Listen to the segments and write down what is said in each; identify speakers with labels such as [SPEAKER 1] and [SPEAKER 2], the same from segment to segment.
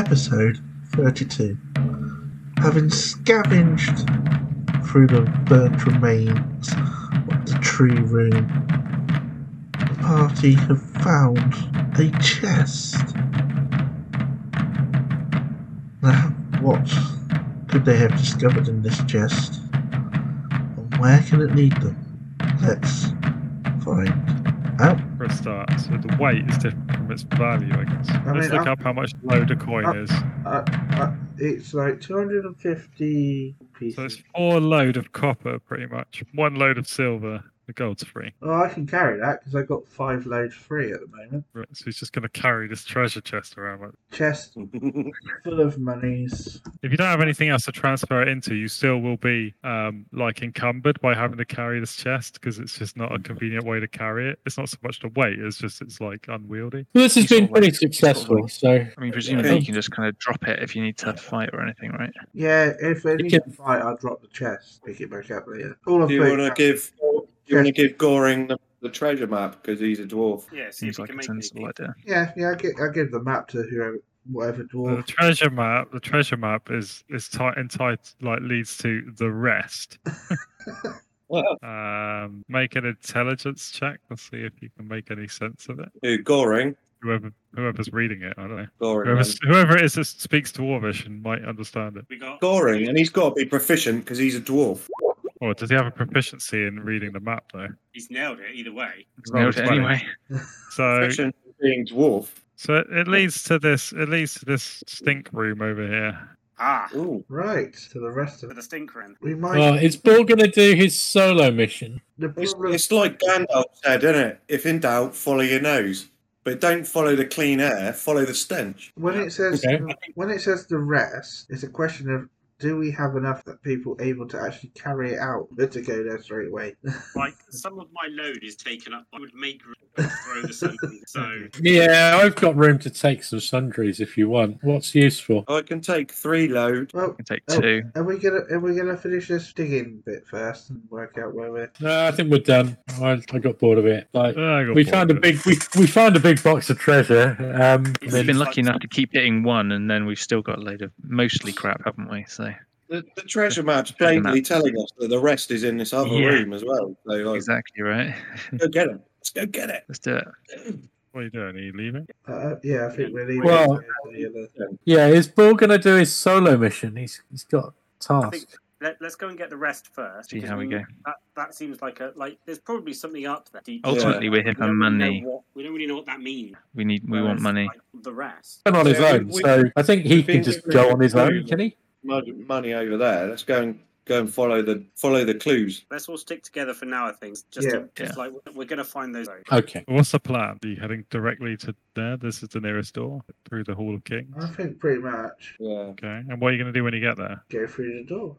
[SPEAKER 1] episode 32. Having scavenged through the burnt remains of the tree room, the party have found a chest. Now, what could they have discovered in this chest? And where can it lead them? Let's find out.
[SPEAKER 2] for a start. So the weight is different from its value, I guess. Let's
[SPEAKER 1] mean,
[SPEAKER 2] look
[SPEAKER 1] I-
[SPEAKER 2] up how much a load of coin
[SPEAKER 1] I-
[SPEAKER 2] is.
[SPEAKER 1] Uh, uh, it's like 250
[SPEAKER 2] So it's
[SPEAKER 1] pieces.
[SPEAKER 2] four load of copper, pretty much. One load of silver. The gold's free.
[SPEAKER 1] Oh, I can carry that because I got five load free at the moment.
[SPEAKER 2] Right, So he's just going to carry this treasure chest around. with-
[SPEAKER 1] Chest full of monies.
[SPEAKER 2] If you don't have anything else to transfer it into, you still will be um, like encumbered by having to carry this chest because it's just not a convenient way to carry it. It's not so much the weight; it's just it's like unwieldy.
[SPEAKER 3] Well, this has
[SPEAKER 4] He's
[SPEAKER 3] been
[SPEAKER 4] got, like-
[SPEAKER 3] pretty
[SPEAKER 4] he's got,
[SPEAKER 3] successful,
[SPEAKER 4] like-
[SPEAKER 3] so
[SPEAKER 4] I mean, presumably
[SPEAKER 3] Yeah.
[SPEAKER 4] you can just kind of drop it if you need to fight or anything, right?
[SPEAKER 1] Yeah, if I
[SPEAKER 3] You
[SPEAKER 1] need
[SPEAKER 3] can-
[SPEAKER 1] to fight, I'll drop the chest. Pick it back up later. All I've
[SPEAKER 5] Do you
[SPEAKER 1] got
[SPEAKER 5] want
[SPEAKER 1] is
[SPEAKER 5] to give? Do you want to give Goring the, the treasure map because he's a dwarf?
[SPEAKER 6] Yeah, see
[SPEAKER 4] Seems
[SPEAKER 6] if we
[SPEAKER 4] like
[SPEAKER 6] can
[SPEAKER 4] a
[SPEAKER 6] make
[SPEAKER 4] sensible
[SPEAKER 6] anything.
[SPEAKER 4] idea.
[SPEAKER 1] Yeah, yeah, I give, I give the map to whoever, whatever
[SPEAKER 2] The
[SPEAKER 1] dwarf.
[SPEAKER 2] treasure map, the treasure map is is ti entitled like leads to the rest.
[SPEAKER 5] Wow.
[SPEAKER 2] um, make an intelligence check. Let's see if you can make any sense of it.
[SPEAKER 5] Who Goring?
[SPEAKER 2] Whoever whoever's reading it, I don't know.
[SPEAKER 5] Goring.
[SPEAKER 2] Whoever
[SPEAKER 5] man.
[SPEAKER 2] whoever it is that speaks Dwarvish and might understand it.
[SPEAKER 6] We got
[SPEAKER 5] Goring, and he's got to be proficient because he's a dwarf.
[SPEAKER 2] Or Oh, does he have a proficiency in reading the map though?
[SPEAKER 6] he's nailed it either way.
[SPEAKER 2] He's rolled
[SPEAKER 4] Nailed
[SPEAKER 2] a 20.
[SPEAKER 4] it anyway.
[SPEAKER 2] So
[SPEAKER 5] Proficient in being dwarf.
[SPEAKER 2] so it, it leads to this. It leads to this stink room over here.
[SPEAKER 6] Ah,
[SPEAKER 5] Ooh,
[SPEAKER 1] Right, to the rest of
[SPEAKER 6] for
[SPEAKER 1] it.
[SPEAKER 6] the stinker in.
[SPEAKER 1] We might.
[SPEAKER 3] well, is Paul going to do his solo mission?
[SPEAKER 1] the
[SPEAKER 5] it's,
[SPEAKER 1] problem,
[SPEAKER 5] it's like Gandalf said, isn't it? If in doubt, follow your nose, but don't follow the clean air. Follow the stench.
[SPEAKER 1] when it says
[SPEAKER 3] Okay.
[SPEAKER 1] when it says the rest, it's a question of do we have enough that people able to actually carry it out? Better go there straight away.
[SPEAKER 6] Like some of my load is taken up. I would make room and throw the something. So
[SPEAKER 3] Yeah, I've got room to take some sundries if you want. What's useful?
[SPEAKER 5] I can take three load.
[SPEAKER 1] well,
[SPEAKER 4] You can
[SPEAKER 1] Oh.
[SPEAKER 4] take two.
[SPEAKER 1] are we gonna are we gonna finish this digging bit first and work out where we're?
[SPEAKER 3] No, Uh, I think we're done. I, I got bored of it. Like
[SPEAKER 2] Oh, I got
[SPEAKER 3] we
[SPEAKER 2] bored
[SPEAKER 3] found a
[SPEAKER 2] of it.
[SPEAKER 3] big we, we found a big box of treasure. Um,
[SPEAKER 6] It's
[SPEAKER 4] We've been
[SPEAKER 6] It's like
[SPEAKER 4] lucky enough to keep hitting one, and then we've still got a load of mostly crap, haven't we? So
[SPEAKER 5] The, the treasure map's
[SPEAKER 4] Treasure
[SPEAKER 5] plainly
[SPEAKER 4] map.
[SPEAKER 5] telling us that the rest is in this other
[SPEAKER 4] Yeah.
[SPEAKER 5] room as well. So like,
[SPEAKER 4] exactly right.
[SPEAKER 5] go get it. Let's go get it.
[SPEAKER 4] Let's do it.
[SPEAKER 2] What are you doing? Are you leaving?
[SPEAKER 1] Uh, yeah, I think we're leaving.
[SPEAKER 3] Well-
[SPEAKER 1] Yeah, the-
[SPEAKER 3] yeah, is Paul going to do his solo mission? He's he's got
[SPEAKER 6] I think
[SPEAKER 3] tasks.
[SPEAKER 6] let, let's go and get the rest first.
[SPEAKER 4] See
[SPEAKER 6] because
[SPEAKER 4] how we go.
[SPEAKER 6] That, that seems like a like. There's probably something up there. Deep
[SPEAKER 4] Ultimately, we're here
[SPEAKER 6] We
[SPEAKER 4] for
[SPEAKER 6] don't really know
[SPEAKER 4] money.
[SPEAKER 6] what- we don't really know what that means.
[SPEAKER 4] We need. We want
[SPEAKER 6] Whereas,
[SPEAKER 4] money.
[SPEAKER 6] like, the rest.
[SPEAKER 3] And on his
[SPEAKER 5] Yeah,
[SPEAKER 3] own,
[SPEAKER 5] we-
[SPEAKER 3] so I think he
[SPEAKER 5] we've
[SPEAKER 3] can
[SPEAKER 5] been
[SPEAKER 3] just
[SPEAKER 5] given
[SPEAKER 3] go on his own.
[SPEAKER 5] clues.
[SPEAKER 3] Can he?
[SPEAKER 5] Mon- Money over there. Let's go and go and follow the follow the clues.
[SPEAKER 6] Let's all stick together for now. I think. Just, to, just like we're gonna find those.
[SPEAKER 3] Okay.
[SPEAKER 2] What's the plan? Are you heading directly to there? This is the nearest door through the Hall of Kings.
[SPEAKER 1] I think pretty much
[SPEAKER 5] Yeah.
[SPEAKER 2] Okay. And what are you going to do when you get there?
[SPEAKER 1] go through the door.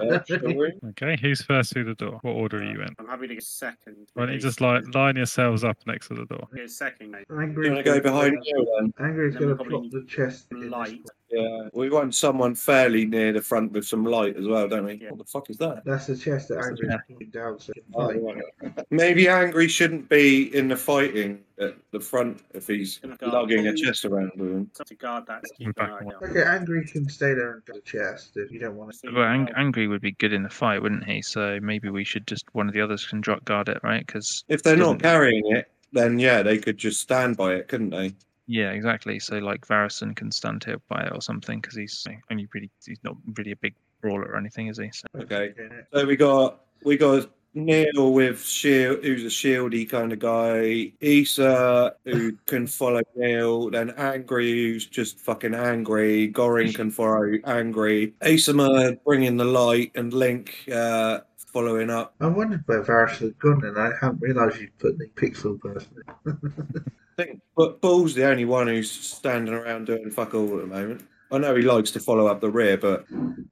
[SPEAKER 5] Yeah, shall we?
[SPEAKER 2] Okay. Who's first through the door? What order are you in?
[SPEAKER 6] I'm happy to go second.
[SPEAKER 2] Why don't you
[SPEAKER 6] please.
[SPEAKER 2] just like line yourselves up next to the door?
[SPEAKER 6] Go second, mate.
[SPEAKER 1] Angry's
[SPEAKER 5] Do you want to go
[SPEAKER 1] gonna-
[SPEAKER 5] behind you then?
[SPEAKER 1] Angry's
[SPEAKER 6] Then we
[SPEAKER 1] gonna
[SPEAKER 6] probably
[SPEAKER 1] plop the chest. in his-
[SPEAKER 6] Light.
[SPEAKER 5] Yeah, we want someone fairly near the front with some light as well, don't we?
[SPEAKER 6] Yeah.
[SPEAKER 5] What the fuck is that?
[SPEAKER 1] That's the chest that
[SPEAKER 4] That's the
[SPEAKER 1] Angry's
[SPEAKER 4] chest.
[SPEAKER 1] putting down. So he can
[SPEAKER 5] Oh,
[SPEAKER 1] fight.
[SPEAKER 5] right. Maybe Angry shouldn't be in the fighting at the front if he's
[SPEAKER 6] Gonna go-
[SPEAKER 5] lugging a chest around with him.
[SPEAKER 6] So to guard that.
[SPEAKER 2] We're
[SPEAKER 6] keep an
[SPEAKER 2] back
[SPEAKER 6] eye
[SPEAKER 2] on.
[SPEAKER 6] out.
[SPEAKER 1] Okay, Angry can stay there and get the chest if you don't want
[SPEAKER 6] See
[SPEAKER 4] Well,
[SPEAKER 6] how-
[SPEAKER 4] ang- angry would be good in the fight, wouldn't he? So maybe we should just one of the others can drop guard it, right? Because
[SPEAKER 5] If they're not
[SPEAKER 4] Doesn't-
[SPEAKER 5] carrying it, then yeah, they could just stand by it, couldn't they?
[SPEAKER 4] yeah, exactly. So like Varison can stand here by it or something because he's only really he's not really a big brawler or anything, is he? So
[SPEAKER 1] it.
[SPEAKER 5] Okay. So we got we got Neil with shield, who's a shieldy kind of guy. Issa who can follow Neil. Then Angry, who's just fucking angry. Goring can follow Angry. Asama bringing the light, and Link uh, following up.
[SPEAKER 1] I wondered where Varus had gone, and I hadn't realised you'd put the pixel person.
[SPEAKER 5] I think, but Bull's the only one who's standing around doing fuck all at the moment. I know he likes to follow up the rear, but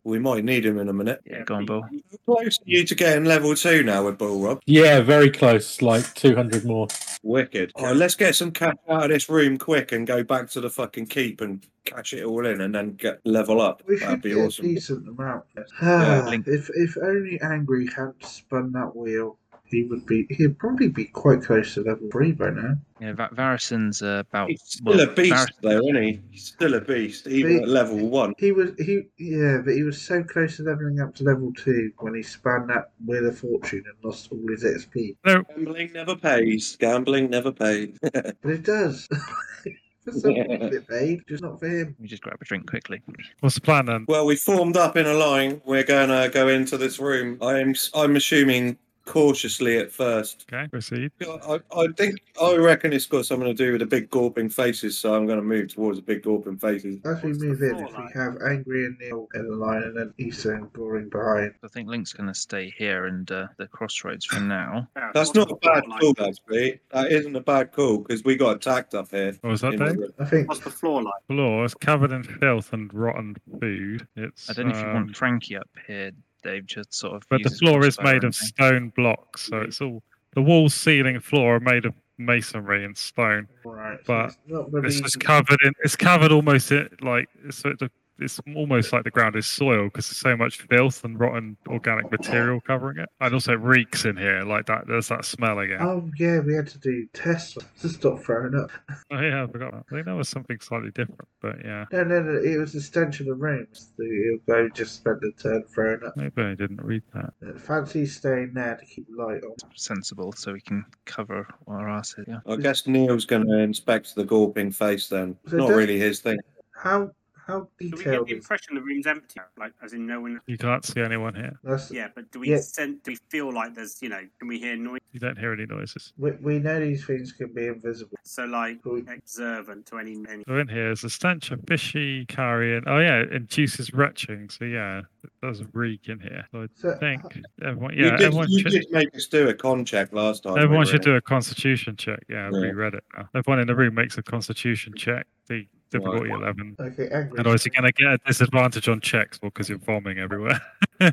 [SPEAKER 5] we might need him in a minute.
[SPEAKER 4] yeah, go on, Bull.
[SPEAKER 5] Close to you to getting level two now with Bull, Rob.
[SPEAKER 3] Yeah, very close. Like two hundred more.
[SPEAKER 5] Wicked. Oh, let's get some cash out of this room quick and go back to the fucking keep and catch it all in and then get level up.
[SPEAKER 1] We should
[SPEAKER 5] That'd be
[SPEAKER 1] get a
[SPEAKER 5] awesome.
[SPEAKER 1] decent amount.
[SPEAKER 5] Yeah,
[SPEAKER 1] Ah,
[SPEAKER 4] Link.
[SPEAKER 1] if if only Angry hadn't spun that wheel. he would be. He'd probably be quite close to level three by now.
[SPEAKER 4] Yeah, Va- Varisen's uh, about.
[SPEAKER 5] He's still
[SPEAKER 4] well,
[SPEAKER 5] a beast,
[SPEAKER 4] Varus-
[SPEAKER 5] though, isn't he? He's still a beast, even
[SPEAKER 1] He-
[SPEAKER 5] at level one.
[SPEAKER 1] He was he yeah, but he was so close to leveling up to level two when he spun that with a fortune and lost all his XP.
[SPEAKER 5] Gambling never pays. Gambling never pays.
[SPEAKER 1] But it does. for some
[SPEAKER 5] Yeah.
[SPEAKER 1] people it paid, just not for him.
[SPEAKER 4] Let me just grab a drink quickly.
[SPEAKER 2] What's the plan then?
[SPEAKER 5] well, we formed up in a line. We're gonna go into this room. I'm I'm assuming cautiously at first.
[SPEAKER 2] Okay, proceed.
[SPEAKER 5] I, I think I reckon it's got something to do with the big gawping faces, so I'm gonna move towards the big gawping faces.
[SPEAKER 1] As we
[SPEAKER 6] What's the
[SPEAKER 1] move in,
[SPEAKER 6] floor
[SPEAKER 1] if we
[SPEAKER 6] like?
[SPEAKER 1] have Angry and Neil in the line and then Issa and Goring behind.
[SPEAKER 4] I think Link's going to stay here and uh, the crossroads for now.
[SPEAKER 6] Fair enough.
[SPEAKER 5] That's
[SPEAKER 6] What's
[SPEAKER 5] not
[SPEAKER 6] the
[SPEAKER 5] a bad
[SPEAKER 6] floor
[SPEAKER 5] call,
[SPEAKER 6] like?
[SPEAKER 5] actually. That isn't a bad call because we got attacked up here.
[SPEAKER 2] What was that
[SPEAKER 5] in the
[SPEAKER 2] then?
[SPEAKER 5] room.
[SPEAKER 1] I think
[SPEAKER 6] What's the floor like?
[SPEAKER 2] Floor is covered in filth and rotten food. It's
[SPEAKER 4] I don't know if you
[SPEAKER 2] um,
[SPEAKER 4] want Frankie up here, Dave, just sort of.
[SPEAKER 2] but the
[SPEAKER 4] use his
[SPEAKER 2] floor is
[SPEAKER 4] crossbow
[SPEAKER 2] made
[SPEAKER 4] or
[SPEAKER 2] of
[SPEAKER 4] anything.
[SPEAKER 2] stone blocks, so it's all the walls, ceiling, floor are made of masonry and stone.
[SPEAKER 1] right,
[SPEAKER 2] but
[SPEAKER 1] it's not really
[SPEAKER 2] It's just covered in. It's covered almost in, like so. It's, a, it's almost like the ground is soil because there's so much filth and rotten organic material covering it, and also it reeks in here like that. There's that smell again. Oh,
[SPEAKER 1] Oh yeah, we had to do tests to stop throwing up.
[SPEAKER 2] Oh, yeah, I forgot. That. I think that was something slightly different, but yeah,
[SPEAKER 1] No, no, no. It was the stench of the rooms. The go just spent a turn throwing up.
[SPEAKER 2] maybe I didn't read that.
[SPEAKER 1] Fancy staying there to keep light on.
[SPEAKER 4] Sensible, so we can cover our asses. Yeah.
[SPEAKER 5] I guess Neil's gonna inspect the gawping face then.
[SPEAKER 1] So
[SPEAKER 5] Not
[SPEAKER 1] does-
[SPEAKER 5] really his thing.
[SPEAKER 1] How how
[SPEAKER 6] Do we get
[SPEAKER 1] detailed
[SPEAKER 6] the
[SPEAKER 1] is
[SPEAKER 6] impression the room's empty? Like, as in no one.
[SPEAKER 2] You can't see anyone here.
[SPEAKER 1] that's
[SPEAKER 6] Yeah, but do we
[SPEAKER 1] Yeah.
[SPEAKER 6] sense? Do we feel like there's, you know, can we hear noise?
[SPEAKER 2] You don't hear any noises.
[SPEAKER 1] we, we know these things can be invisible.
[SPEAKER 6] So like
[SPEAKER 1] So we-
[SPEAKER 6] observant to any any.
[SPEAKER 2] So in here is a stench of fishy curry and oh yeah, it induces retching. So yeah, it does reek in here. So I
[SPEAKER 1] So
[SPEAKER 2] think everyone,
[SPEAKER 5] you
[SPEAKER 2] yeah,
[SPEAKER 5] did,
[SPEAKER 2] everyone
[SPEAKER 5] you
[SPEAKER 2] should,
[SPEAKER 5] did make us do a con check last time. we
[SPEAKER 2] everyone
[SPEAKER 5] were
[SPEAKER 2] should
[SPEAKER 5] in.
[SPEAKER 2] do a constitution check. Yeah, we
[SPEAKER 5] Yeah.
[SPEAKER 2] read it now. Everyone in the room makes a constitution check. The difficulty eleven.
[SPEAKER 1] uh, okay, angry.
[SPEAKER 2] Otherwise, you're gonna get a disadvantage on checks because you're bombing everywhere. you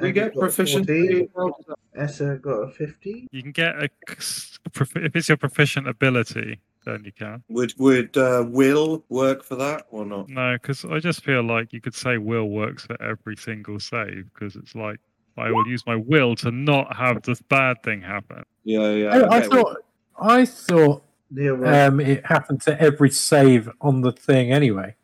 [SPEAKER 5] We get proficiency.
[SPEAKER 1] proficiency. Essa got a fifty.
[SPEAKER 2] can get a c- if it's your proficient ability, then you can.
[SPEAKER 5] Would would uh, will work for that or not?
[SPEAKER 2] No, because I just feel like you could say will works for every single save because it's like I will use my will to not have this bad thing happen.
[SPEAKER 5] Yeah, yeah.
[SPEAKER 3] I, I
[SPEAKER 5] get
[SPEAKER 3] thought, I thought
[SPEAKER 1] Neil
[SPEAKER 5] Uh,
[SPEAKER 1] Ross-
[SPEAKER 3] um, it happened to every save on the thing anyway.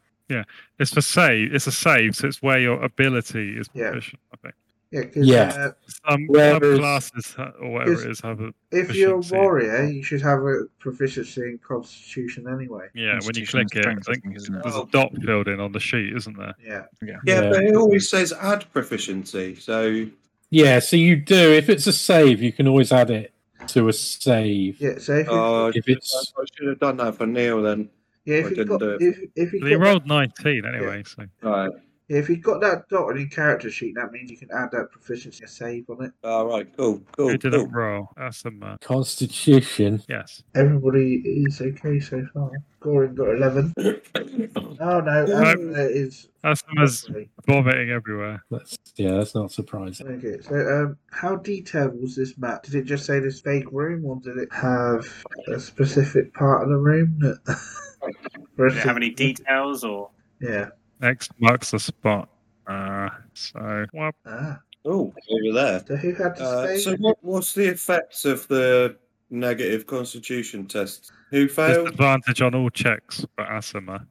[SPEAKER 2] It's for save. It's a save, so it's where your ability is
[SPEAKER 1] Yeah.
[SPEAKER 2] proficient. I think
[SPEAKER 1] yeah, 'cause,
[SPEAKER 3] yeah.
[SPEAKER 1] uh,
[SPEAKER 2] some, some
[SPEAKER 3] Whereas-
[SPEAKER 2] classes ha- or whatever
[SPEAKER 1] Is-
[SPEAKER 2] it is have a
[SPEAKER 1] if you're a
[SPEAKER 2] Proficiency.
[SPEAKER 1] warrior, you should have a proficiency in constitution anyway.
[SPEAKER 2] yeah. When you
[SPEAKER 4] Constitution and
[SPEAKER 2] click it, I
[SPEAKER 4] strength, I
[SPEAKER 2] think
[SPEAKER 4] think, isn't it?
[SPEAKER 2] there's a dot filled in on the sheet, isn't there?
[SPEAKER 1] Yeah,
[SPEAKER 5] Yeah,
[SPEAKER 3] Yeah.
[SPEAKER 5] but it always says add proficiency. So
[SPEAKER 3] Yeah, so you do. If it's a save, you can always add it to a save.
[SPEAKER 1] yeah. So if you,
[SPEAKER 5] uh,
[SPEAKER 3] If it's
[SPEAKER 5] I should have done that for Neil then.
[SPEAKER 1] yeah,
[SPEAKER 5] I
[SPEAKER 1] if you
[SPEAKER 5] didn't
[SPEAKER 1] got
[SPEAKER 5] do it.
[SPEAKER 1] if if you
[SPEAKER 2] But he
[SPEAKER 1] got
[SPEAKER 2] rolled 19 anyway, so
[SPEAKER 5] All right.
[SPEAKER 1] Yeah, if you've got that dot on your character sheet, that means you can add that proficiency save on it.
[SPEAKER 5] All right. Cool.
[SPEAKER 2] who
[SPEAKER 5] Cool.
[SPEAKER 2] did it
[SPEAKER 5] cool.
[SPEAKER 2] roll? That's a man.
[SPEAKER 3] Constitution.
[SPEAKER 2] Yes.
[SPEAKER 1] Everybody is okay so far. Goring got 11. Oh no,
[SPEAKER 5] Yeah.
[SPEAKER 1] Angela is.
[SPEAKER 2] Asima's vomiting everywhere.
[SPEAKER 3] That's yeah, that's not surprising.
[SPEAKER 1] Okay, so um, how detailed was this map? Did it just say this vague room, or did it have a specific part of the room? That...
[SPEAKER 6] Do they have any details or?
[SPEAKER 1] Yeah.
[SPEAKER 2] Next marks the spot. Uh, so well,
[SPEAKER 1] Ah,
[SPEAKER 5] Oh, over there.
[SPEAKER 1] so who had to
[SPEAKER 5] Uh,
[SPEAKER 1] stay?
[SPEAKER 5] so what, what's the effects of the negative constitution test? Who failed?
[SPEAKER 2] Disadvantage on all checks for Asima.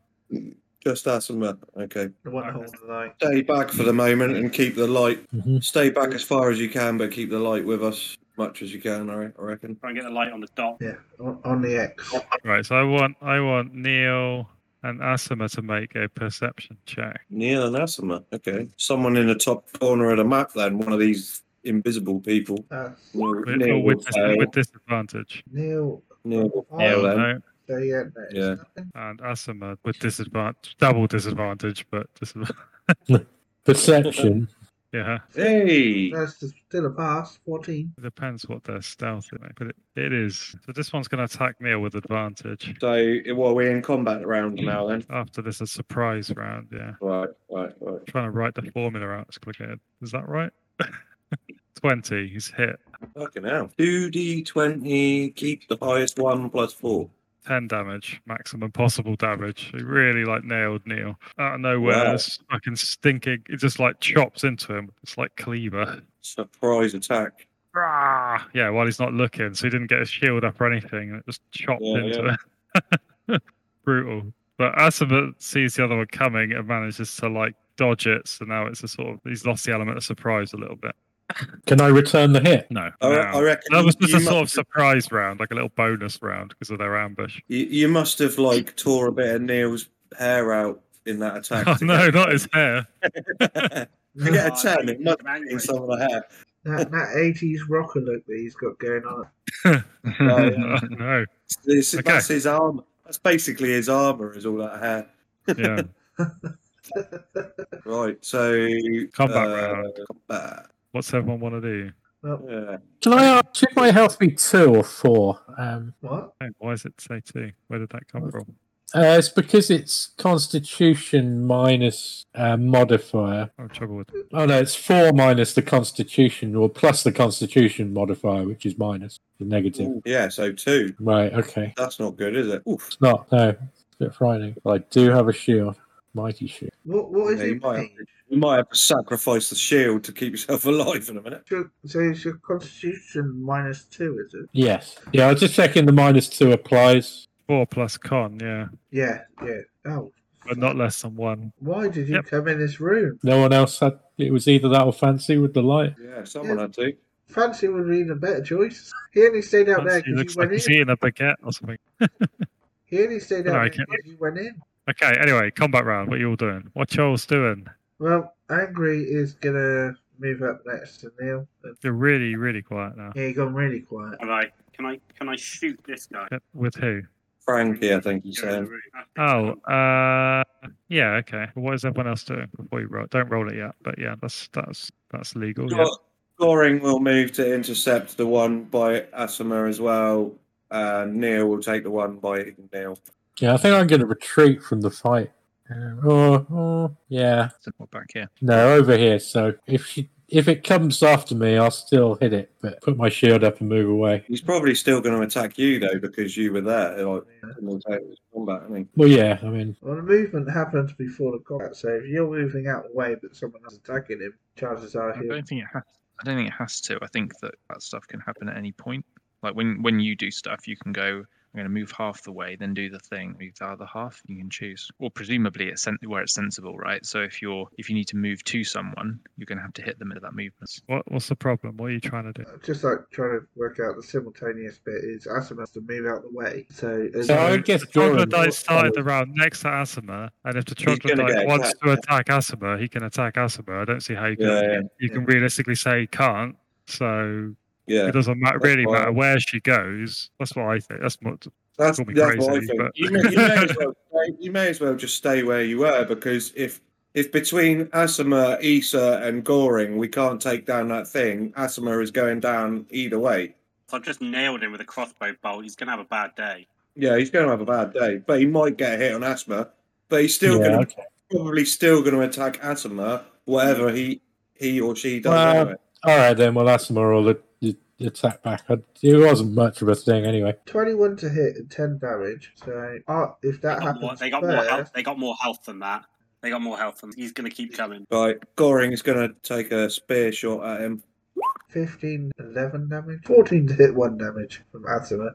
[SPEAKER 5] Just asthma. Okay.
[SPEAKER 1] The one holding the line.
[SPEAKER 5] Stay back for the moment and keep the light.
[SPEAKER 2] Mm-hmm.
[SPEAKER 3] Mhm.
[SPEAKER 5] Stay back as far as you can, but keep the light with us much as you can. I, re- I reckon.
[SPEAKER 6] Try and get the light on the dot.
[SPEAKER 1] Yeah, on, on the X.
[SPEAKER 2] Right, so I want I want Neil and Asima to make a perception check.
[SPEAKER 5] Neil and asthma. Okay. Someone in the top corner of the map. Then one of these invisible people.
[SPEAKER 1] Uh,
[SPEAKER 5] Neil,
[SPEAKER 2] With,
[SPEAKER 5] Neil
[SPEAKER 2] or
[SPEAKER 5] will
[SPEAKER 2] with, dis-
[SPEAKER 5] fail.
[SPEAKER 2] with disadvantage. Oh,
[SPEAKER 1] Neil.
[SPEAKER 5] Neil will
[SPEAKER 1] I
[SPEAKER 5] fail
[SPEAKER 1] don't
[SPEAKER 5] then.
[SPEAKER 2] No,
[SPEAKER 1] So yeah, no, it's
[SPEAKER 5] Yeah.
[SPEAKER 1] nothing.
[SPEAKER 2] and Asima with disadvantage, double disadvantage, but disadvantage.
[SPEAKER 3] Perception.
[SPEAKER 2] yeah,
[SPEAKER 5] Hey.
[SPEAKER 1] That's just still a pass. 14.
[SPEAKER 2] it depends what their stealth is, but it, it is. So this one's going to attack Neil with advantage.
[SPEAKER 5] So, it- well, we're in combat round now then.
[SPEAKER 2] After this, a surprise round. Yeah,
[SPEAKER 5] Right, right, right.
[SPEAKER 2] trying to write the formula out. It's complicated. Is that right? Twenty. He's hit.
[SPEAKER 5] Fucking hell. 2d20, keep the highest one plus four.
[SPEAKER 2] 10 damage, maximum possible damage. He really like nailed Neil out of nowhere.
[SPEAKER 5] Wow.
[SPEAKER 2] This fucking stinking, it just like chops into him. It's like cleaver.
[SPEAKER 5] Surprise attack.
[SPEAKER 2] "Rah!" Ah, Yeah, while he's not looking, so he didn't get his shield up or anything, and it just chopped
[SPEAKER 5] Yeah,
[SPEAKER 2] into it. Brutal. But Asimov sees the other one coming and manages to like dodge it. So now it's a sort of he's lost the element of surprise a little bit.
[SPEAKER 3] Can I return the hit?
[SPEAKER 2] No,
[SPEAKER 5] I, re-
[SPEAKER 2] no.
[SPEAKER 5] I reckon
[SPEAKER 2] that was just
[SPEAKER 5] you
[SPEAKER 2] a sort of
[SPEAKER 5] must-
[SPEAKER 2] surprise round, like a little bonus round because of their ambush.
[SPEAKER 5] You, you must have like tore a bit of Neil's hair out in that attack.
[SPEAKER 2] Oh,
[SPEAKER 5] to
[SPEAKER 2] no,
[SPEAKER 5] get-
[SPEAKER 2] not his hair.
[SPEAKER 5] to get a ten, it must have
[SPEAKER 6] Angry.
[SPEAKER 5] been some of the hair.
[SPEAKER 1] That, that 80s rocker look that he's got going on.
[SPEAKER 2] Oh, no,
[SPEAKER 5] This-
[SPEAKER 2] Okay.
[SPEAKER 5] That's his armor. That's basically his armor. Is all that hair.
[SPEAKER 2] yeah.
[SPEAKER 5] Right. So
[SPEAKER 2] Combat
[SPEAKER 5] uh,
[SPEAKER 2] round.
[SPEAKER 5] combat.
[SPEAKER 2] What's everyone want to do?
[SPEAKER 1] Well,
[SPEAKER 5] Yeah.
[SPEAKER 3] Can I ask, should my health be two or four? Um,
[SPEAKER 1] what?
[SPEAKER 2] Hey, Why is it say two? Where did that come from?
[SPEAKER 3] uh, it's because it's Constitution minus uh, modifier.
[SPEAKER 2] I'm in trouble with.
[SPEAKER 3] Oh no, it's four minus the Constitution, or plus the Constitution modifier, which is minus the negative.
[SPEAKER 5] Yeah. So two.
[SPEAKER 3] Right. Okay.
[SPEAKER 5] That's not good, is it? Oof.
[SPEAKER 3] It's not. No, it's a bit frightening. But I do have a shield, mighty shield.
[SPEAKER 1] What, what is
[SPEAKER 5] Yeah, you
[SPEAKER 1] it?
[SPEAKER 5] might have to- you might have to sacrifice the shield to keep yourself alive in a minute.
[SPEAKER 1] Your, so it's your constitution minus two, is it?
[SPEAKER 3] Yes. Yeah. I was just checking the minus two applies.
[SPEAKER 2] Four plus con, yeah,
[SPEAKER 1] Yeah, yeah. Oh,
[SPEAKER 2] but not less than one.
[SPEAKER 1] why did you
[SPEAKER 2] Yep.
[SPEAKER 1] come in this room?
[SPEAKER 3] No one else had. It was either that or fancy with the light.
[SPEAKER 5] Yeah, someone had to.
[SPEAKER 1] Fancy would have been a better choice. He only stayed out there
[SPEAKER 2] Honestly,
[SPEAKER 1] because
[SPEAKER 2] looks
[SPEAKER 1] you
[SPEAKER 2] like
[SPEAKER 1] went
[SPEAKER 2] he's
[SPEAKER 1] in.
[SPEAKER 2] eating a baguette or something.
[SPEAKER 1] He only stayed
[SPEAKER 2] No,
[SPEAKER 1] out
[SPEAKER 2] I
[SPEAKER 1] there
[SPEAKER 2] can't-
[SPEAKER 1] because you went in.
[SPEAKER 2] Okay, anyway, combat round. What are you all doing? What y'all's doing?
[SPEAKER 1] Well, Angry is gonna move up next to Neil. And
[SPEAKER 2] You're really, really quiet now.
[SPEAKER 1] yeah, he gone really quiet.
[SPEAKER 6] Can I? Can I? Can I shoot this guy?
[SPEAKER 2] Yeah, With who?
[SPEAKER 5] Frankie, I think you
[SPEAKER 6] Go in
[SPEAKER 5] said.
[SPEAKER 6] the room.
[SPEAKER 2] Oh, uh, yeah, okay. What is everyone else doing before you roll? Don't roll it yet, but yeah, that's that's that's legal. Oh, Yeah.
[SPEAKER 5] Goring will move to intercept the one by Asima as well. And Neil will take the one by Neil.
[SPEAKER 3] Yeah, I think I'm going to retreat from the fight. Um, oh, oh, yeah.
[SPEAKER 4] So we're back here.
[SPEAKER 3] No, over here. So if she, if it comes after me, I'll still hit it, but put my shield up and move away.
[SPEAKER 5] He's probably still going to attack you though because you were there. Like, in the total combat, I think.
[SPEAKER 3] Well, yeah. I mean,
[SPEAKER 1] Well, the movement happens before the combat, so if you're moving out of the way but someone else is attacking him, chances are
[SPEAKER 4] I
[SPEAKER 1] he'll.
[SPEAKER 4] don't think it has. I don't think it has to. I think that that stuff can happen at any point. Like when when you do stuff, you can go. I'm going to move half the way, then do the thing. Move the other half. You can choose. Or presumably it's sen- where it's sensible, right? So if you're if you need to move to someone, you're going to have to hit them into that movement.
[SPEAKER 2] What what's the problem? What are you trying to do?
[SPEAKER 1] Uh, Just like trying to work out the simultaneous bit is Asim has to move out the way. So, as
[SPEAKER 3] So I
[SPEAKER 1] long-
[SPEAKER 3] guess
[SPEAKER 2] the
[SPEAKER 3] Goran
[SPEAKER 2] troglodyte
[SPEAKER 3] was-
[SPEAKER 2] started the round next to Asima, and if the
[SPEAKER 5] gonna
[SPEAKER 2] troglodyte
[SPEAKER 5] get
[SPEAKER 2] wants
[SPEAKER 5] attacked,
[SPEAKER 2] to attack Asima, he can attack Asima. I don't see how you can
[SPEAKER 5] Yeah, yeah,
[SPEAKER 2] you can realistically say he can't. So
[SPEAKER 5] yeah.
[SPEAKER 2] it doesn't matter,
[SPEAKER 5] That's
[SPEAKER 2] really
[SPEAKER 5] why-
[SPEAKER 2] matter where she goes. That's what I think. That's what
[SPEAKER 5] That's,
[SPEAKER 2] Call me
[SPEAKER 5] that's what I
[SPEAKER 2] crazy,
[SPEAKER 5] think.
[SPEAKER 2] but-
[SPEAKER 5] You, may, you, may as well stay, you may as well just stay where you were because if if between Asima, Issa, and Goring we can't take down that thing, Asima is going down either way.
[SPEAKER 6] I've just nailed him with a crossbow bolt. He's gonna have a bad day.
[SPEAKER 5] Yeah, he's going to have a bad day, but he might get a hit on Asima, but he's still
[SPEAKER 3] yeah,
[SPEAKER 5] going to
[SPEAKER 3] okay.
[SPEAKER 5] probably still going to attack Asima, whatever he he or she does.
[SPEAKER 3] Well,
[SPEAKER 5] anyway.
[SPEAKER 3] All right then. Well, that's more all the, the the attack back. I, it wasn't much of a thing anyway.
[SPEAKER 1] 21 to hit and 10 damage. So, uh, if that
[SPEAKER 6] They got,
[SPEAKER 1] happens,
[SPEAKER 6] more, they got more health.
[SPEAKER 1] first-
[SPEAKER 6] They got more health than that. They got more health than. He's gonna keep coming.
[SPEAKER 5] Right, Goring is going to take a spear shot at him.
[SPEAKER 1] 15, 11 damage. 14 to hit 1 damage from Asima.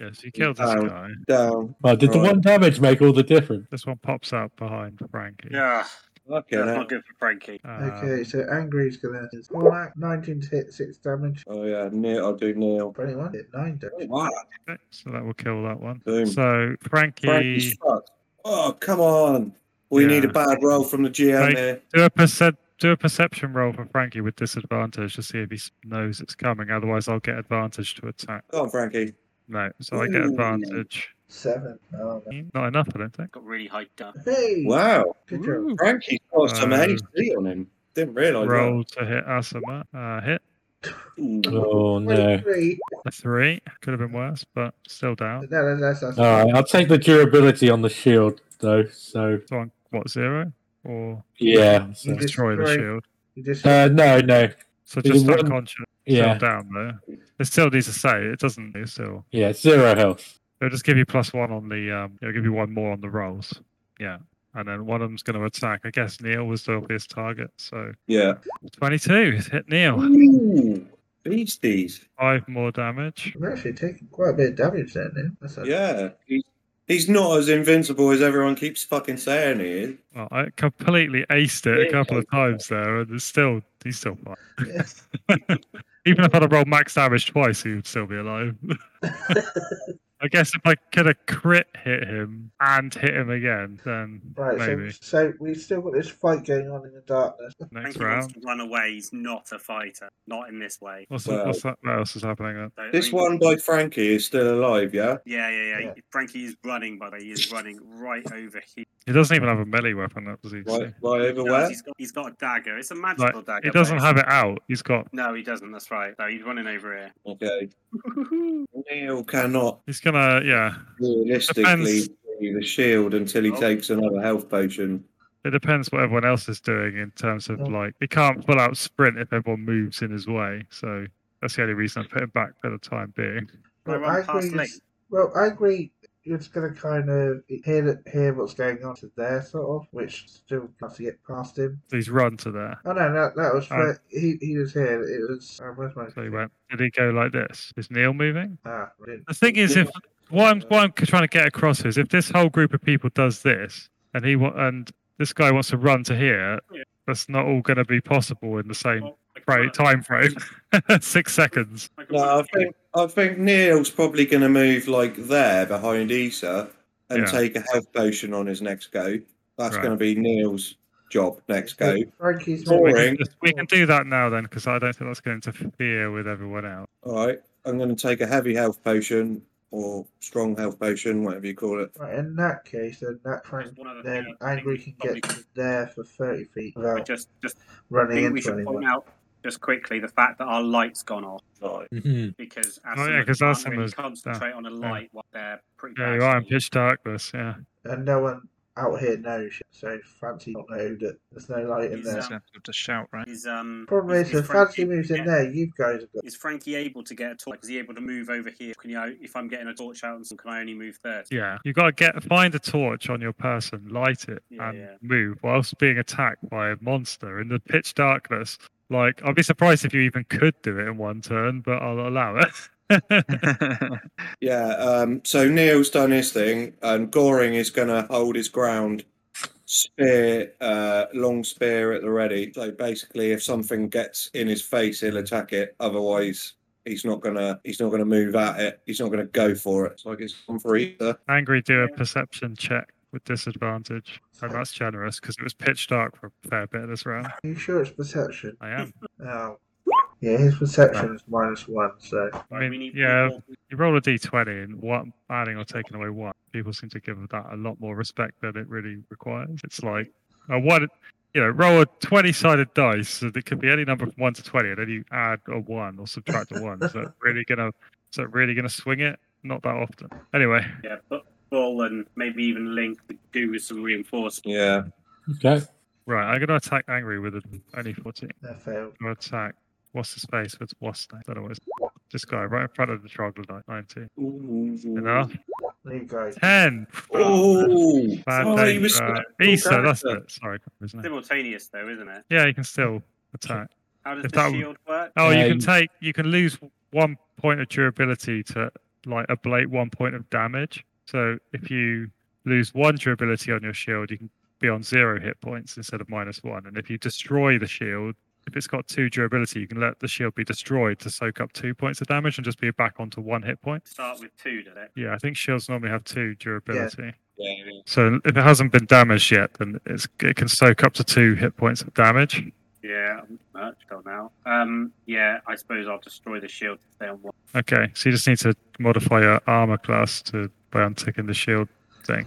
[SPEAKER 2] yes, you killed this
[SPEAKER 5] Oh.
[SPEAKER 2] guy.
[SPEAKER 5] Down.
[SPEAKER 3] Well, did the
[SPEAKER 5] Right.
[SPEAKER 3] one damage make all the difference?
[SPEAKER 2] This one pops out behind Frankie.
[SPEAKER 6] Yeah,
[SPEAKER 5] Okay,
[SPEAKER 6] that's
[SPEAKER 5] now.
[SPEAKER 6] not good for Frankie.
[SPEAKER 2] Um,
[SPEAKER 1] Okay, so Angry's gonna. it's all out, 19 to hit 6 damage.
[SPEAKER 5] Oh yeah, Neil. I'll do Neil.
[SPEAKER 1] 21 hit 9
[SPEAKER 5] Oh,
[SPEAKER 1] damage.
[SPEAKER 5] wow.
[SPEAKER 2] okay, so that will kill that one.
[SPEAKER 5] Boom.
[SPEAKER 2] So Frankie,
[SPEAKER 5] Frankie's fucked. Oh, come on. We need a
[SPEAKER 2] Yeah.
[SPEAKER 5] bad roll from the GM
[SPEAKER 2] Right.
[SPEAKER 5] here.
[SPEAKER 2] do a percep- do a perception roll for Frankie with disadvantage to see if he s- knows it's coming. Otherwise, I'll get advantage to attack.
[SPEAKER 5] Come on, Frankie.
[SPEAKER 2] No, so I get
[SPEAKER 5] Ooh.
[SPEAKER 2] advantage.
[SPEAKER 1] 7. Oh, no.
[SPEAKER 2] Not enough, I don't think.
[SPEAKER 6] Got really hyped up.
[SPEAKER 1] Hey!
[SPEAKER 5] Wow.
[SPEAKER 1] Good job.
[SPEAKER 5] Frankie's got some
[SPEAKER 2] Uh,
[SPEAKER 5] AC on him. Didn't realise
[SPEAKER 2] Roll to hit Asima. Uh, hit
[SPEAKER 5] that. Ooh.
[SPEAKER 3] Oh no.
[SPEAKER 1] 23.
[SPEAKER 2] a three. Could have been worse, but still down.
[SPEAKER 1] No, no, that's, that's
[SPEAKER 3] All right. I'll take the durability on the shield though. So
[SPEAKER 2] So on what zero or
[SPEAKER 3] yeah. So.
[SPEAKER 1] You just-
[SPEAKER 2] destroy the
[SPEAKER 1] Destroy.
[SPEAKER 2] shield?
[SPEAKER 1] You just
[SPEAKER 3] Uh, no, no.
[SPEAKER 2] So
[SPEAKER 3] You
[SPEAKER 2] just
[SPEAKER 3] did one-
[SPEAKER 2] unconscious,
[SPEAKER 3] Yeah,
[SPEAKER 2] still down there. It still needs to say it doesn't. It still
[SPEAKER 3] yeah. Zero health.
[SPEAKER 2] It'll just give you plus one on the. Um, it'll give you one more on the rolls. Yeah, and then one of them's going to attack. I guess Neil was the obvious target. So
[SPEAKER 5] Yeah.
[SPEAKER 2] twenty-two hit Neil.
[SPEAKER 5] Ooh. Beasties.
[SPEAKER 2] Five more damage.
[SPEAKER 1] We're actually taking quite a bit of damage there now. That's a,
[SPEAKER 5] Yeah. He's, he's not as invincible as everyone keeps fucking saying he is.
[SPEAKER 2] Well, I completely aced it a couple of times there, and it's still he's still fine.
[SPEAKER 1] yeah.
[SPEAKER 2] Even if I'd have rolled max damage twice, he would still be alive. I guess if I could have crit hit him and hit him again, then
[SPEAKER 1] Right,
[SPEAKER 2] maybe
[SPEAKER 1] so, so we've still got this fight going on in the darkness.
[SPEAKER 2] next
[SPEAKER 6] Frankie wants
[SPEAKER 2] round.
[SPEAKER 6] to run away. He's not a fighter. Not in this way.
[SPEAKER 2] What's,
[SPEAKER 5] Well-
[SPEAKER 2] what's that? What else is happening? Then?
[SPEAKER 6] So, I
[SPEAKER 5] This
[SPEAKER 6] mean-
[SPEAKER 5] one by Frankie is still alive, yeah?
[SPEAKER 6] Yeah, yeah, yeah.
[SPEAKER 1] Yeah.
[SPEAKER 6] Frankie is running, by the way. He is running right over here.
[SPEAKER 2] He doesn't even have a melee weapon. That does he?
[SPEAKER 5] Right, right over
[SPEAKER 6] No,
[SPEAKER 5] where?
[SPEAKER 6] he's got, he's got a dagger. It's a magical dagger.
[SPEAKER 2] He doesn't
[SPEAKER 6] but-
[SPEAKER 2] have it out. He's got
[SPEAKER 6] No, he doesn't. That's right. No, he's running over here.
[SPEAKER 5] Okay. Neil cannot
[SPEAKER 2] He's gonna, yeah.
[SPEAKER 5] realistically
[SPEAKER 2] Depends.
[SPEAKER 5] see the shield until he
[SPEAKER 6] Oh.
[SPEAKER 5] takes another health potion.
[SPEAKER 2] It depends what everyone else is doing in terms of
[SPEAKER 1] Yeah.
[SPEAKER 2] like he can't full out sprint if everyone moves in his way. So that's the only reason I put him back for the time being.
[SPEAKER 6] I
[SPEAKER 1] Well,
[SPEAKER 6] run
[SPEAKER 1] I
[SPEAKER 6] past
[SPEAKER 1] agree.
[SPEAKER 6] Link.
[SPEAKER 1] Well, I agree. You're just going to kind of hear hear what's going on to there, sort of, which still has to get past him.
[SPEAKER 2] So he's run to there.
[SPEAKER 1] Oh no, no that was
[SPEAKER 2] Oh.
[SPEAKER 1] where he he was here. It was uh, where's my
[SPEAKER 2] So he went. Did he go like this? Is Neil moving?
[SPEAKER 1] ah? I didn't-
[SPEAKER 2] The thing is, if what I'm what I'm trying to get across is if this whole group of people does this and he wa- and this guy wants to run to here,
[SPEAKER 6] Yeah.
[SPEAKER 2] that's not all going to be possible in the same
[SPEAKER 6] Well, I can
[SPEAKER 2] right
[SPEAKER 6] run-
[SPEAKER 2] time frame. Six seconds.
[SPEAKER 6] I can
[SPEAKER 5] No, I
[SPEAKER 6] run-
[SPEAKER 5] think I think Neil's probably going to move like there behind Issa and
[SPEAKER 2] Yeah.
[SPEAKER 5] take a health potion on his next go. That's
[SPEAKER 2] Right.
[SPEAKER 5] going to be Neil's job next go.
[SPEAKER 1] Frankie's
[SPEAKER 5] Sorry.
[SPEAKER 1] moving.
[SPEAKER 2] We can,
[SPEAKER 5] Boring.
[SPEAKER 2] just- we can do that now then, because I don't think that's going to interfere with everyone else.
[SPEAKER 5] All right, I'm going to take a heavy health potion or strong health potion, whatever you call it.
[SPEAKER 1] Right, in that case, then that Frank,
[SPEAKER 6] There's one other
[SPEAKER 1] then
[SPEAKER 6] thing I think
[SPEAKER 1] Angry
[SPEAKER 6] we
[SPEAKER 1] can
[SPEAKER 6] should
[SPEAKER 1] get
[SPEAKER 6] probably-
[SPEAKER 1] to there for thirty feet
[SPEAKER 6] I
[SPEAKER 1] without
[SPEAKER 6] just, just I
[SPEAKER 1] running
[SPEAKER 6] think we
[SPEAKER 1] into
[SPEAKER 6] should
[SPEAKER 1] anyone.
[SPEAKER 6] point out just quickly the fact that our light's gone off
[SPEAKER 3] Mhm.
[SPEAKER 6] because
[SPEAKER 2] Oh, yeah, 'cause
[SPEAKER 6] Asima
[SPEAKER 2] Asima's
[SPEAKER 6] can't really
[SPEAKER 2] down.
[SPEAKER 6] concentrate on a light while they're pretty
[SPEAKER 2] Yeah,
[SPEAKER 6] bad.
[SPEAKER 2] you are in pitch darkness. Yeah.
[SPEAKER 1] and no one out here knows. So Fancy don't know that there's no light in
[SPEAKER 6] He's
[SPEAKER 4] He's
[SPEAKER 1] there.
[SPEAKER 6] out.
[SPEAKER 4] gonna have to shout, right?
[SPEAKER 6] Is um
[SPEAKER 1] Problem is, if Fancy
[SPEAKER 6] Frankie-
[SPEAKER 1] moves
[SPEAKER 6] yeah.
[SPEAKER 1] in there, you guys have got.
[SPEAKER 6] Is Frankie able to get a torch? Is he able to move over here? Can you, if I'm getting a torch out and some, can I only move 30?
[SPEAKER 2] Yeah. You got to get find a torch on your person, light it,
[SPEAKER 6] Yeah,
[SPEAKER 2] and
[SPEAKER 6] yeah.
[SPEAKER 2] move whilst being attacked by a monster in the pitch darkness. Like, I'd be surprised if you even could do it in one turn, but I'll allow it.
[SPEAKER 5] Yeah. Um, so Neil's done his thing, and Goring is going to hold his ground. Spear, uh, long spear at the ready. So basically, if something gets in his face, he'll attack it. Otherwise, he's not gonna. He's not gonna move at it. He's not gonna go for it. It's like it's on for either.
[SPEAKER 2] Angry, do a
[SPEAKER 6] Yeah.
[SPEAKER 2] perception check with disadvantage. And that's generous because it was pitch dark for a fair bit of this round.
[SPEAKER 1] Are you sure it's perception?
[SPEAKER 2] I am.
[SPEAKER 1] Oh. Yeah, his perception is minus one, so
[SPEAKER 2] I
[SPEAKER 6] Like,
[SPEAKER 2] mean,
[SPEAKER 6] we need- we
[SPEAKER 2] yeah,
[SPEAKER 6] need more-
[SPEAKER 2] you roll a d20 and what adding or taking away one people seem to give that a lot more respect than it really requires it's like I one you know roll a 20 sided dice so that could be any number from 1 to 20 and then you add a 1 or subtract a 1 is that really gonna is that really gonna swing it not that often anyway
[SPEAKER 6] yeah, but Bull and maybe even Link could do with some reinforcement.
[SPEAKER 5] Yeah.
[SPEAKER 3] Okay.
[SPEAKER 2] right i'm gonna attack angry with an only 14
[SPEAKER 1] they failed.
[SPEAKER 2] i'm gonna attack what's his face with what's name? I don't know what his- this guy right in front of the troglodyte 19 enough
[SPEAKER 1] You guys.
[SPEAKER 2] 10
[SPEAKER 5] Oh,
[SPEAKER 2] Bad
[SPEAKER 5] oh,
[SPEAKER 2] day.
[SPEAKER 5] he was
[SPEAKER 2] uh,
[SPEAKER 5] so
[SPEAKER 2] Issa, that's
[SPEAKER 5] character.
[SPEAKER 2] it. Sorry, his name.
[SPEAKER 6] Simultaneous though, isn't it?
[SPEAKER 2] Yeah, you can still attack.
[SPEAKER 6] How does
[SPEAKER 2] If
[SPEAKER 6] the
[SPEAKER 2] that-
[SPEAKER 6] shield work?
[SPEAKER 2] Oh, you
[SPEAKER 3] Yeah,
[SPEAKER 2] can
[SPEAKER 3] you-
[SPEAKER 2] take. You can lose one point of durability to like ablate one point of damage. So if you lose one durability on your shield, you can be on zero hit points instead of minus one. And if you destroy the shield, if it's got two durability, you can let the shield be destroyed to soak up two points of damage and just be back onto one hit point.
[SPEAKER 6] Start with two, does it?
[SPEAKER 2] Yeah, I think shields normally have two durability.
[SPEAKER 5] Yeah.
[SPEAKER 2] So if it hasn't been damaged yet, then it's, it can soak up to two hit points of damage.
[SPEAKER 6] Yeah, I'm much gone now. Um, yeah, I suppose I'll destroy the shield to stay on one.
[SPEAKER 2] Okay, so you just need to modify your armor class to by unticking the shield thing.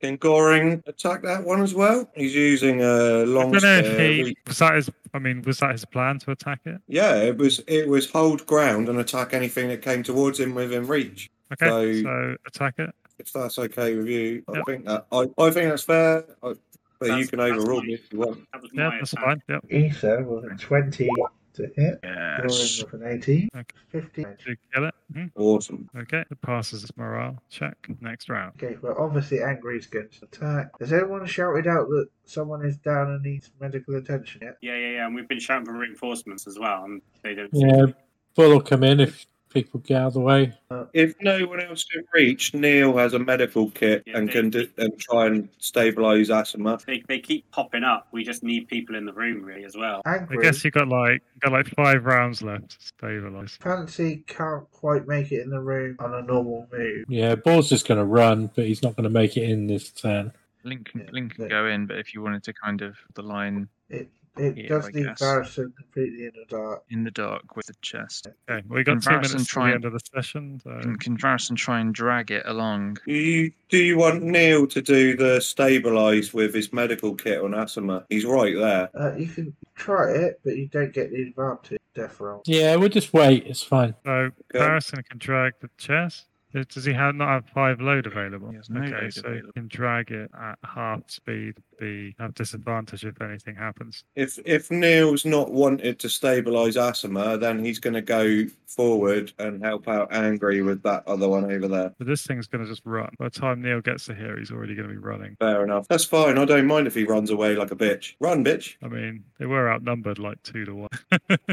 [SPEAKER 5] Can Goring attack that one as well? He's using a
[SPEAKER 2] I
[SPEAKER 5] long
[SPEAKER 2] don't know if
[SPEAKER 5] spear.
[SPEAKER 2] he was that his. I mean, was that his plan to attack it?
[SPEAKER 5] Yeah, it was it was hold ground and attack anything that came towards him within reach.
[SPEAKER 2] Okay, so,
[SPEAKER 5] So-
[SPEAKER 2] attack it.
[SPEAKER 5] If that's okay with you, I
[SPEAKER 2] Yep.
[SPEAKER 5] think that I, I think that's fair. I, but you
[SPEAKER 6] That's-
[SPEAKER 5] can
[SPEAKER 6] that's
[SPEAKER 5] overrule
[SPEAKER 6] fine.
[SPEAKER 5] me if you want.
[SPEAKER 6] That was
[SPEAKER 2] Yeah,
[SPEAKER 6] my
[SPEAKER 2] that's
[SPEAKER 6] attack.
[SPEAKER 2] fine. Yep.
[SPEAKER 1] Ether with a 20 to hit. Rolling
[SPEAKER 4] yes.
[SPEAKER 1] with an 18.
[SPEAKER 2] Okay.
[SPEAKER 1] 15.
[SPEAKER 2] You kill it. Mhm.
[SPEAKER 5] Awesome.
[SPEAKER 2] Okay, it passes its morale check. Next round.
[SPEAKER 1] Okay, well, obviously, Angry's going to attack. Has anyone shouted out that someone is down and needs medical attention yet?
[SPEAKER 6] Yeah, yeah, yeah. And we've been shouting for reinforcements as well, and they don't.
[SPEAKER 3] Yeah, Full will come in if people get out of the way.
[SPEAKER 5] If no one else can reach, Neil has a medical kit
[SPEAKER 6] Yeah,
[SPEAKER 5] and
[SPEAKER 6] they-
[SPEAKER 5] can do, and try and stabilize asthma.
[SPEAKER 6] They, they keep popping up. We just need people in the room really as well.
[SPEAKER 2] I
[SPEAKER 1] Angry.
[SPEAKER 2] guess you got like you got like five rounds left to stabilize.
[SPEAKER 1] Fancy can't quite make it in the room on a normal move.
[SPEAKER 3] Yeah, Ball's just going to run, but he's not going to make it in this turn.
[SPEAKER 4] Link can,
[SPEAKER 1] Yeah,
[SPEAKER 4] Link can
[SPEAKER 1] but-
[SPEAKER 4] go in, but if you wanted to kind of the line
[SPEAKER 1] It it
[SPEAKER 4] Yeah,
[SPEAKER 1] does
[SPEAKER 4] I
[SPEAKER 1] leave
[SPEAKER 4] guess.
[SPEAKER 1] Barrison completely in the dark.
[SPEAKER 4] in the dark with the chest,
[SPEAKER 2] Okay, we got two
[SPEAKER 4] Embarrass and
[SPEAKER 2] minutes to the
[SPEAKER 4] try and-
[SPEAKER 2] end of the session. So
[SPEAKER 4] can, can Varus and try and drag it along?
[SPEAKER 5] You, do you want Neil to do the stabilize with his medical kit on asthma? He's right there.
[SPEAKER 1] Uh, you can try it, but you don't get the advantage. Death roll.
[SPEAKER 3] Yeah, we'll just wait. It's fine.
[SPEAKER 2] so Barrison can drag the chest. Does- Does he have not have five load available?
[SPEAKER 4] He has no
[SPEAKER 2] okay,
[SPEAKER 4] load
[SPEAKER 2] so
[SPEAKER 4] available.
[SPEAKER 2] he can drag it at half speed. Be have disadvantage if anything happens.
[SPEAKER 5] If if Neil's not wanted to stabilize asthma, then he's going to go forward and help out Angry with that other one over there.
[SPEAKER 2] But this thing's going to just run. By the time Neil gets to here, he's already going to be running.
[SPEAKER 5] Fair enough. That's fine. I don't mind if he runs away like a bitch. Run, bitch.
[SPEAKER 2] I mean, they were outnumbered like two to one.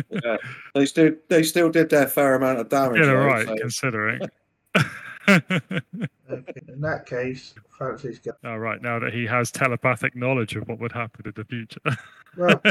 [SPEAKER 5] Yeah. They still they still did their fair amount of damage.
[SPEAKER 2] Yeah, they're
[SPEAKER 5] though,
[SPEAKER 2] right,
[SPEAKER 5] so-
[SPEAKER 2] considering.
[SPEAKER 1] Okay. In that case, Fancy's going.
[SPEAKER 2] All right, now that he has telepathic knowledge of what would happen in the future,
[SPEAKER 1] Well,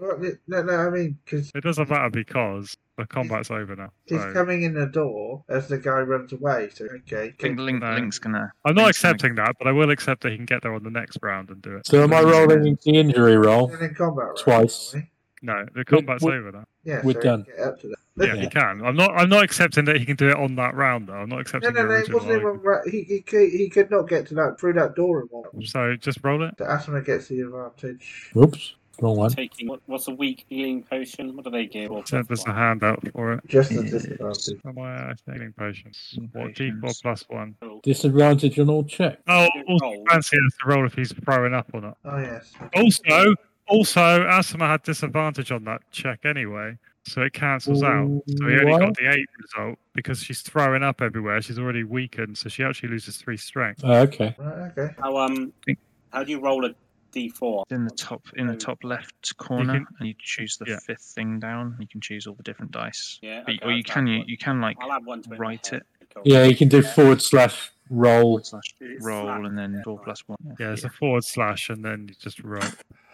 [SPEAKER 1] well, no, no. I mean, because
[SPEAKER 2] it doesn't matter because the combat's over now.
[SPEAKER 1] he's
[SPEAKER 2] so-
[SPEAKER 1] coming in the door as the guy runs away. So okay.
[SPEAKER 4] I think
[SPEAKER 1] okay.
[SPEAKER 4] Link,
[SPEAKER 2] No.
[SPEAKER 4] Link's gonna.
[SPEAKER 2] I'm not
[SPEAKER 4] Link's gonna-
[SPEAKER 2] accepting that, but I will accept that he can get there on the next round and do it.
[SPEAKER 3] So am I rolling the injury roll?
[SPEAKER 1] We're in combat round,
[SPEAKER 3] Twice.
[SPEAKER 1] aren't
[SPEAKER 2] No, the combat's
[SPEAKER 3] we-
[SPEAKER 2] over now.
[SPEAKER 1] we? Yeah,
[SPEAKER 3] We're
[SPEAKER 1] so
[SPEAKER 3] done.
[SPEAKER 1] Get up to that.
[SPEAKER 2] Yeah,
[SPEAKER 3] Yeah.
[SPEAKER 2] he can. I'm not. I'm not accepting that he can do it on that round. Though I'm not
[SPEAKER 1] No,
[SPEAKER 2] accepting.
[SPEAKER 1] no,
[SPEAKER 2] the
[SPEAKER 1] no. It
[SPEAKER 2] original
[SPEAKER 1] wasn't even.
[SPEAKER 2] argument.
[SPEAKER 1] Ra- he, he could he could not get to that through that door in one.
[SPEAKER 2] So just roll it.
[SPEAKER 1] The asthma gets the advantage.
[SPEAKER 3] Oops, wrong one.
[SPEAKER 6] Taking what, what's a weak healing potion? What do they give? Or
[SPEAKER 2] Send us a handout for it.
[SPEAKER 1] Just the
[SPEAKER 4] Yes.
[SPEAKER 1] disadvantage.
[SPEAKER 2] Am I thinking patience? What G
[SPEAKER 4] Patience.
[SPEAKER 2] four plus one?
[SPEAKER 3] Disadvantage on all check.
[SPEAKER 2] Oh, also
[SPEAKER 6] Roll.
[SPEAKER 2] fancy has to roll if he's throwing up or not.
[SPEAKER 1] Oh yes.
[SPEAKER 2] Also, also, Asima had disadvantage on that check anyway, so it cancels out. So he only
[SPEAKER 3] Why?
[SPEAKER 2] got the eight result because she's throwing up everywhere. She's already weakened, so she actually loses three strength.
[SPEAKER 3] Oh, okay.
[SPEAKER 1] Right, okay.
[SPEAKER 6] How um
[SPEAKER 4] Think-
[SPEAKER 6] how do you roll a d4?
[SPEAKER 4] In the top, in the
[SPEAKER 6] Um,
[SPEAKER 4] top left corner,
[SPEAKER 2] can-
[SPEAKER 4] and you choose the
[SPEAKER 2] yeah.
[SPEAKER 4] fifth thing down. You can choose all the different dice,
[SPEAKER 6] Yeah,
[SPEAKER 4] but,
[SPEAKER 6] okay,
[SPEAKER 4] or
[SPEAKER 6] I'll
[SPEAKER 4] you
[SPEAKER 6] try
[SPEAKER 4] can you,
[SPEAKER 6] one.
[SPEAKER 4] you can like
[SPEAKER 6] I'll add one to it.
[SPEAKER 4] write it.
[SPEAKER 6] Cool.
[SPEAKER 3] Yeah, you can do
[SPEAKER 6] Yeah.
[SPEAKER 3] forward slash roll.
[SPEAKER 4] slash
[SPEAKER 6] It's slack.
[SPEAKER 4] roll and then
[SPEAKER 6] Yeah,
[SPEAKER 4] four
[SPEAKER 6] right.
[SPEAKER 4] plus one.
[SPEAKER 2] Yeah, it's a forward slash, and then you just roll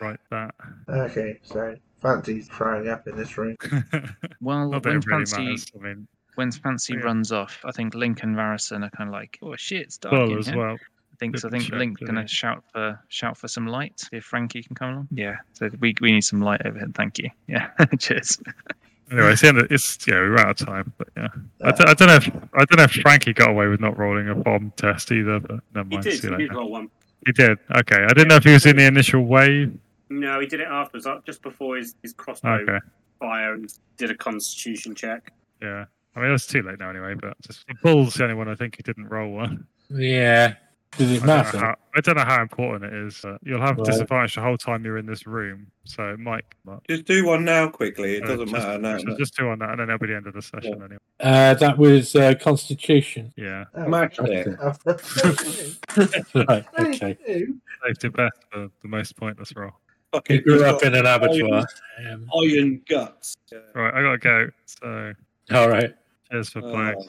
[SPEAKER 2] right that.
[SPEAKER 1] Okay, so Fancy's throwing up in this room.
[SPEAKER 4] Well,
[SPEAKER 2] Not that
[SPEAKER 4] when
[SPEAKER 2] it really
[SPEAKER 4] fancy
[SPEAKER 2] matters. I mean,
[SPEAKER 4] when fancy
[SPEAKER 2] Yeah.
[SPEAKER 4] runs off, I think Link and Varison are kind of like, oh shit, it's dark
[SPEAKER 2] well
[SPEAKER 4] in
[SPEAKER 2] as
[SPEAKER 4] here.
[SPEAKER 2] well.
[SPEAKER 4] I think so. I
[SPEAKER 2] Good
[SPEAKER 4] think
[SPEAKER 2] shout,
[SPEAKER 4] Link's
[SPEAKER 2] isn't
[SPEAKER 4] gonna
[SPEAKER 2] it?
[SPEAKER 4] shout for shout for some light. See if Frankie can come along. Yeah. So we we need some light over here. Thank you. Yeah. Cheers.
[SPEAKER 2] Anyway, it's the end. Of, it's yeah, we're out of time. But yeah,
[SPEAKER 6] Uh,
[SPEAKER 2] I, d- I don't know. If, I don't know if Frankie got away with not rolling a bomb test either. But never
[SPEAKER 6] He
[SPEAKER 2] mind.
[SPEAKER 6] did,
[SPEAKER 2] see
[SPEAKER 6] he
[SPEAKER 2] you
[SPEAKER 6] did
[SPEAKER 2] later.
[SPEAKER 6] roll one.
[SPEAKER 2] He did. Okay, I didn't know if he was in the initial wave.
[SPEAKER 6] No, he did it afterwards, like, just before his, his crossbow
[SPEAKER 2] Okay.
[SPEAKER 6] fire and did a constitution check.
[SPEAKER 2] Yeah. I mean, it's too late now anyway, but just the Bull's the only one I think he didn't roll one.
[SPEAKER 3] Yeah. Does it
[SPEAKER 2] I don't, know
[SPEAKER 3] matter?
[SPEAKER 2] how, I don't know how important it is. But you'll have
[SPEAKER 3] Right.
[SPEAKER 2] disadvantage the whole time you're in this room, so it might. But,
[SPEAKER 5] Just do one now quickly. It
[SPEAKER 2] uh,
[SPEAKER 5] doesn't
[SPEAKER 2] just-
[SPEAKER 5] matter now.
[SPEAKER 2] so just do on that, and then that'll be the end of the session anyway.
[SPEAKER 3] Uh, that was uh, Constitution.
[SPEAKER 2] Yeah.
[SPEAKER 1] Oh,
[SPEAKER 5] Smash it.
[SPEAKER 1] okay.
[SPEAKER 3] right, okay.
[SPEAKER 2] Safety best for the most pointless roll.
[SPEAKER 3] He
[SPEAKER 5] Fucking
[SPEAKER 3] grew
[SPEAKER 5] just
[SPEAKER 3] up
[SPEAKER 5] got
[SPEAKER 3] in an abattoir. Um,
[SPEAKER 5] iron guts.
[SPEAKER 2] Right, I gotta go. So
[SPEAKER 3] all right.
[SPEAKER 2] cheers for
[SPEAKER 5] Oh.
[SPEAKER 2] playing.